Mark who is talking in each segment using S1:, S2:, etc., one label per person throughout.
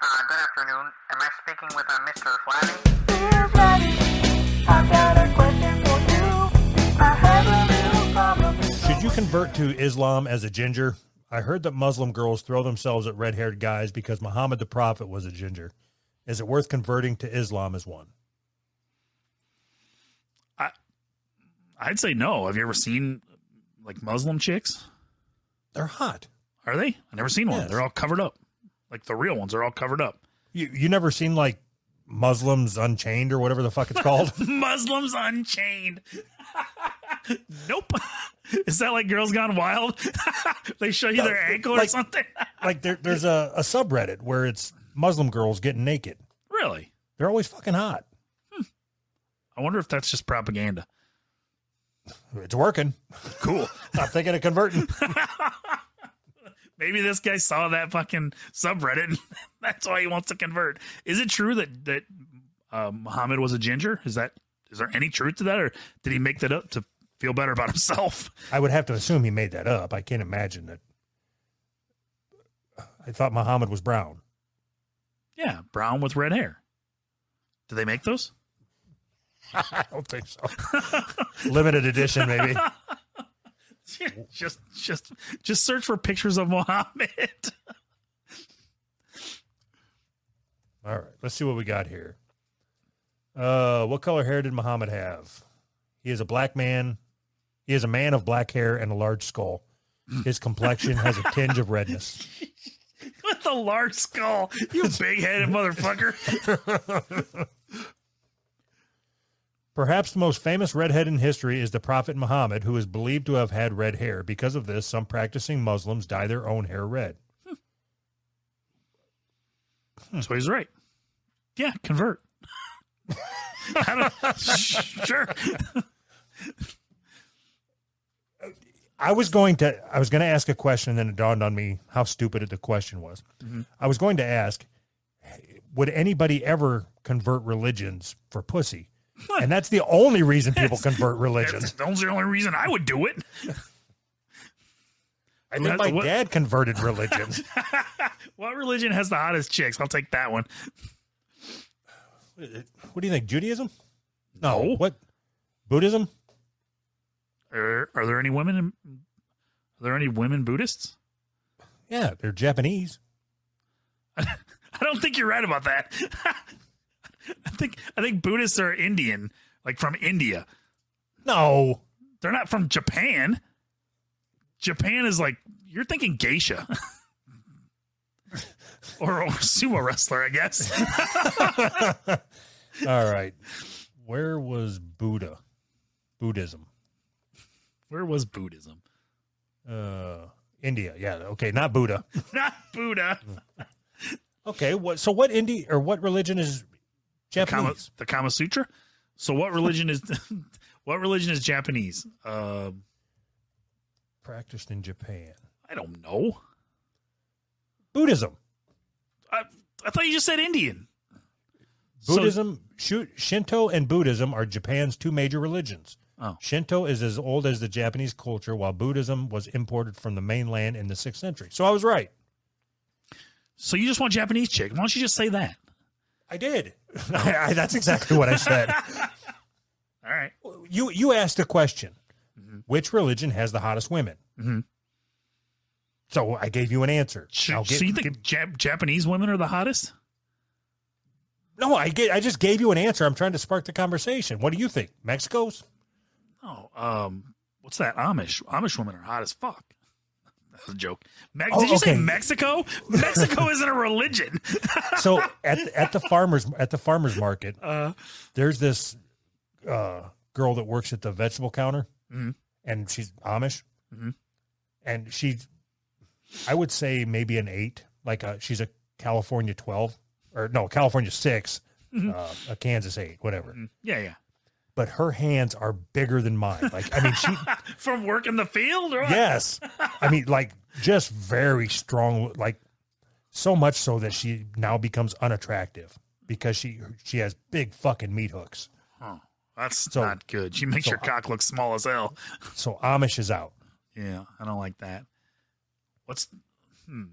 S1: Uh, good afternoon. Am I speaking with uh, Mr. Flatley?
S2: Dear Freddy, I've got a question for you. I have a little problem.
S3: Should you convert to Islam as a ginger? I heard that Muslim girls throw themselves at red haired guys because Muhammad the Prophet was a ginger. Is it worth converting to Islam as one?
S4: I'd say no. Have you ever seen like Muslim chicks?
S3: They're hot.
S4: Are they? I've never seen one.
S3: Yes.
S4: They're all covered up. Like the real ones are all covered up.
S3: You you never seen like Muslims Unchained or whatever the fuck it's called?
S4: Muslims Unchained. nope. Is that like Girls Gone Wild? they show you their ankle or
S3: like-
S4: something?
S3: like there, there's a, a subreddit where it's Muslim girls getting naked.
S4: really?
S3: They're always fucking hot.
S4: I wonder if that's just propaganda.
S3: It's working.
S4: Cool.
S3: I'm thinking of converting.
S4: Maybe this guy saw that fucking subreddit and that's why he wants to convert. Is it true that that uh, Muhammad was a ginger? Is that is there any truth to that or did he make that up to feel better about himself?
S3: I would have to assume he made that up. I can't imagine that. I thought Muhammad was brown.
S4: Yeah, brown with red hair. Do they make those?
S3: I don't think so. Limited edition, maybe.
S4: just just just search for pictures of Mohammed.
S3: All right, let's see what we got here. Uh, what color hair did Muhammad have? He is a black man. He is a man of black hair and a large skull. His complexion has a tinge of redness.
S4: with a large skull. You big headed motherfucker.
S3: Perhaps the most famous redhead in history is the Prophet Muhammad, who is believed to have had red hair. Because of this, some practicing Muslims dye their own hair red.
S4: So he's right. Yeah, convert. I don't, sure.
S3: I was going to I was going to ask a question, and then it dawned on me how stupid the question was.
S4: Mm-hmm.
S3: I was going to ask, would anybody ever convert religions for pussy? and that's the only reason people convert religions.
S4: That's, that's the only reason I would do it.
S3: I think
S4: that-
S3: my
S4: what-
S3: dad converted religions.
S4: What religion has the hottest chicks? I'll take that one.
S3: what do you think? Judaism?
S4: No.
S3: What? Buddhism?
S4: Are, Er, are there any women? In, are there any women Buddhists?
S3: Yeah, they're Japanese.
S4: I don't think you're right about that. I think I think Buddhists are Indian, like from India.
S3: No.
S4: They're not from Japan. Japan is like you're thinking geisha. or, or sumo wrestler, I guess.
S3: All right. Where was Buddha? Buddhism.
S4: Where was Buddhism?
S3: Uh India. Yeah, okay, not Buddha.
S4: Not Buddha.
S3: Okay, what so what Indian or what religion is
S4: Kama,
S3: Japanese?
S4: the Kama Sutra. So what religion is what religion is Japanese? Uh,
S3: Practiced in Japan.
S4: I don't know.
S3: Buddhism.
S4: I, I thought you just said Indian. So-
S3: Buddhism, Shu Shinto and Buddhism are Japan's two major religions.
S4: Oh.
S3: Shinto is as old as the Japanese culture, while Buddhism was imported from the mainland in the 6th century. So I was right.
S4: so you just want Japanese chick. Why don't you just say that?
S3: I did. I, I, that's exactly what I said.
S4: All right.
S3: you you asked a question.
S4: Mm-hmm.
S3: Which religion has the hottest women?
S4: Mhm.
S3: So I gave you an answer.
S4: Sh-
S3: Now get-
S4: so you think Jap- Japanese women are the hottest?
S3: No, I get. I just gave you an answer. I'm trying to spark the conversation. What do you think? Mexico's?
S4: Oh, um, what's that? Amish Amish women are hot as fuck. That was a joke. Mex-
S3: Oh,
S4: Did you say
S3: okay.
S4: Mexico? Mexico isn't a religion.
S3: So at at the farmers at the farmers market,
S4: Uh,
S3: there's this uh, girl that works at the vegetable counter,
S4: Mhm.
S3: and she's Amish,
S4: Mhm.
S3: and she's, I would say maybe an eight. Like a, she's a California twelve, or no, California 6 uh, a Kansas eight, whatever.
S4: yeah, yeah.
S3: But her hands are bigger than mine. Like I mean, she
S4: From work in the field, or what?
S3: yes, I mean like just very strong. Like so much so that she now becomes unattractive because she she has big fucking meat hooks.
S4: Oh, That's
S3: So-
S4: not good. She makes
S3: so
S4: your
S3: I-
S4: cock look small as hell.
S3: So Amish is out.
S4: Yeah, I don't like that. What's hmm?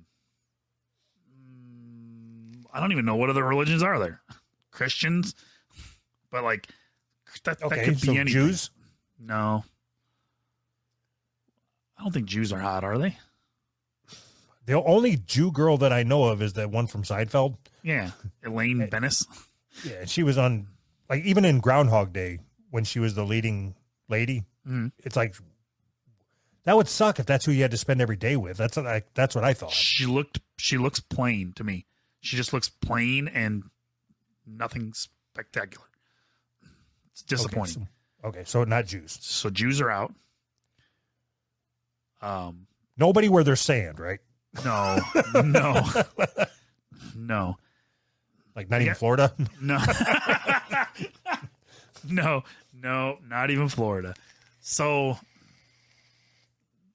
S4: Mm, I don't even know what other religions are there. Christians, but like that, that
S3: Okay,
S4: could
S3: so
S4: be any
S3: Jews.
S4: No, I don't think Jews are hot, are they?
S3: The only Jew girl that I know of is that one from Seinfeld.
S4: Yeah, Elaine Bennis.
S3: Yeah, she was on like even in Groundhog Day when she was the leading lady.
S4: Mhm.
S3: It's like that would suck if that's who you had to spend every day with. That's what I, that's what I thought.
S4: She looked. She looks plain to me. She just looks plain and nothing spectacular. It's disappointing.
S3: Okay, so, okay, so not Jews.
S4: so Jews are out. Um,
S3: Nobody where there's sand, right?
S4: no, no, no,
S3: Like not even
S4: Yeah.
S3: Florida.
S4: no, no, no, not even Florida. So,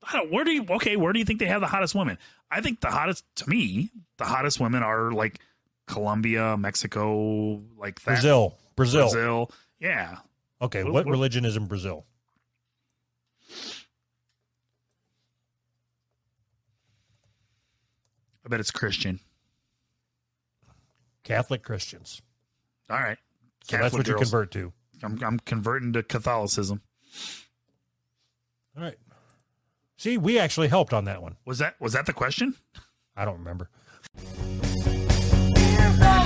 S4: I don't, where do you, okay, where do you think they have the hottest women? I think the hottest, to me, the hottest women are like Colombia, Mexico, like that.
S3: Brazil, Brazil.
S4: Brazil. Yeah.
S3: Okay,
S4: Wh-
S3: what
S4: wh-
S3: religion is in Brazil?
S4: I bet it's Christian.
S3: Catholic Christians.
S4: All right.
S3: So that's what you
S4: girls.
S3: convert to.
S4: I'm, I'm converting to Catholicism.
S3: All right. See, we actually helped on that one.
S4: Was that was that the question?
S3: I don't remember.
S2: Hear that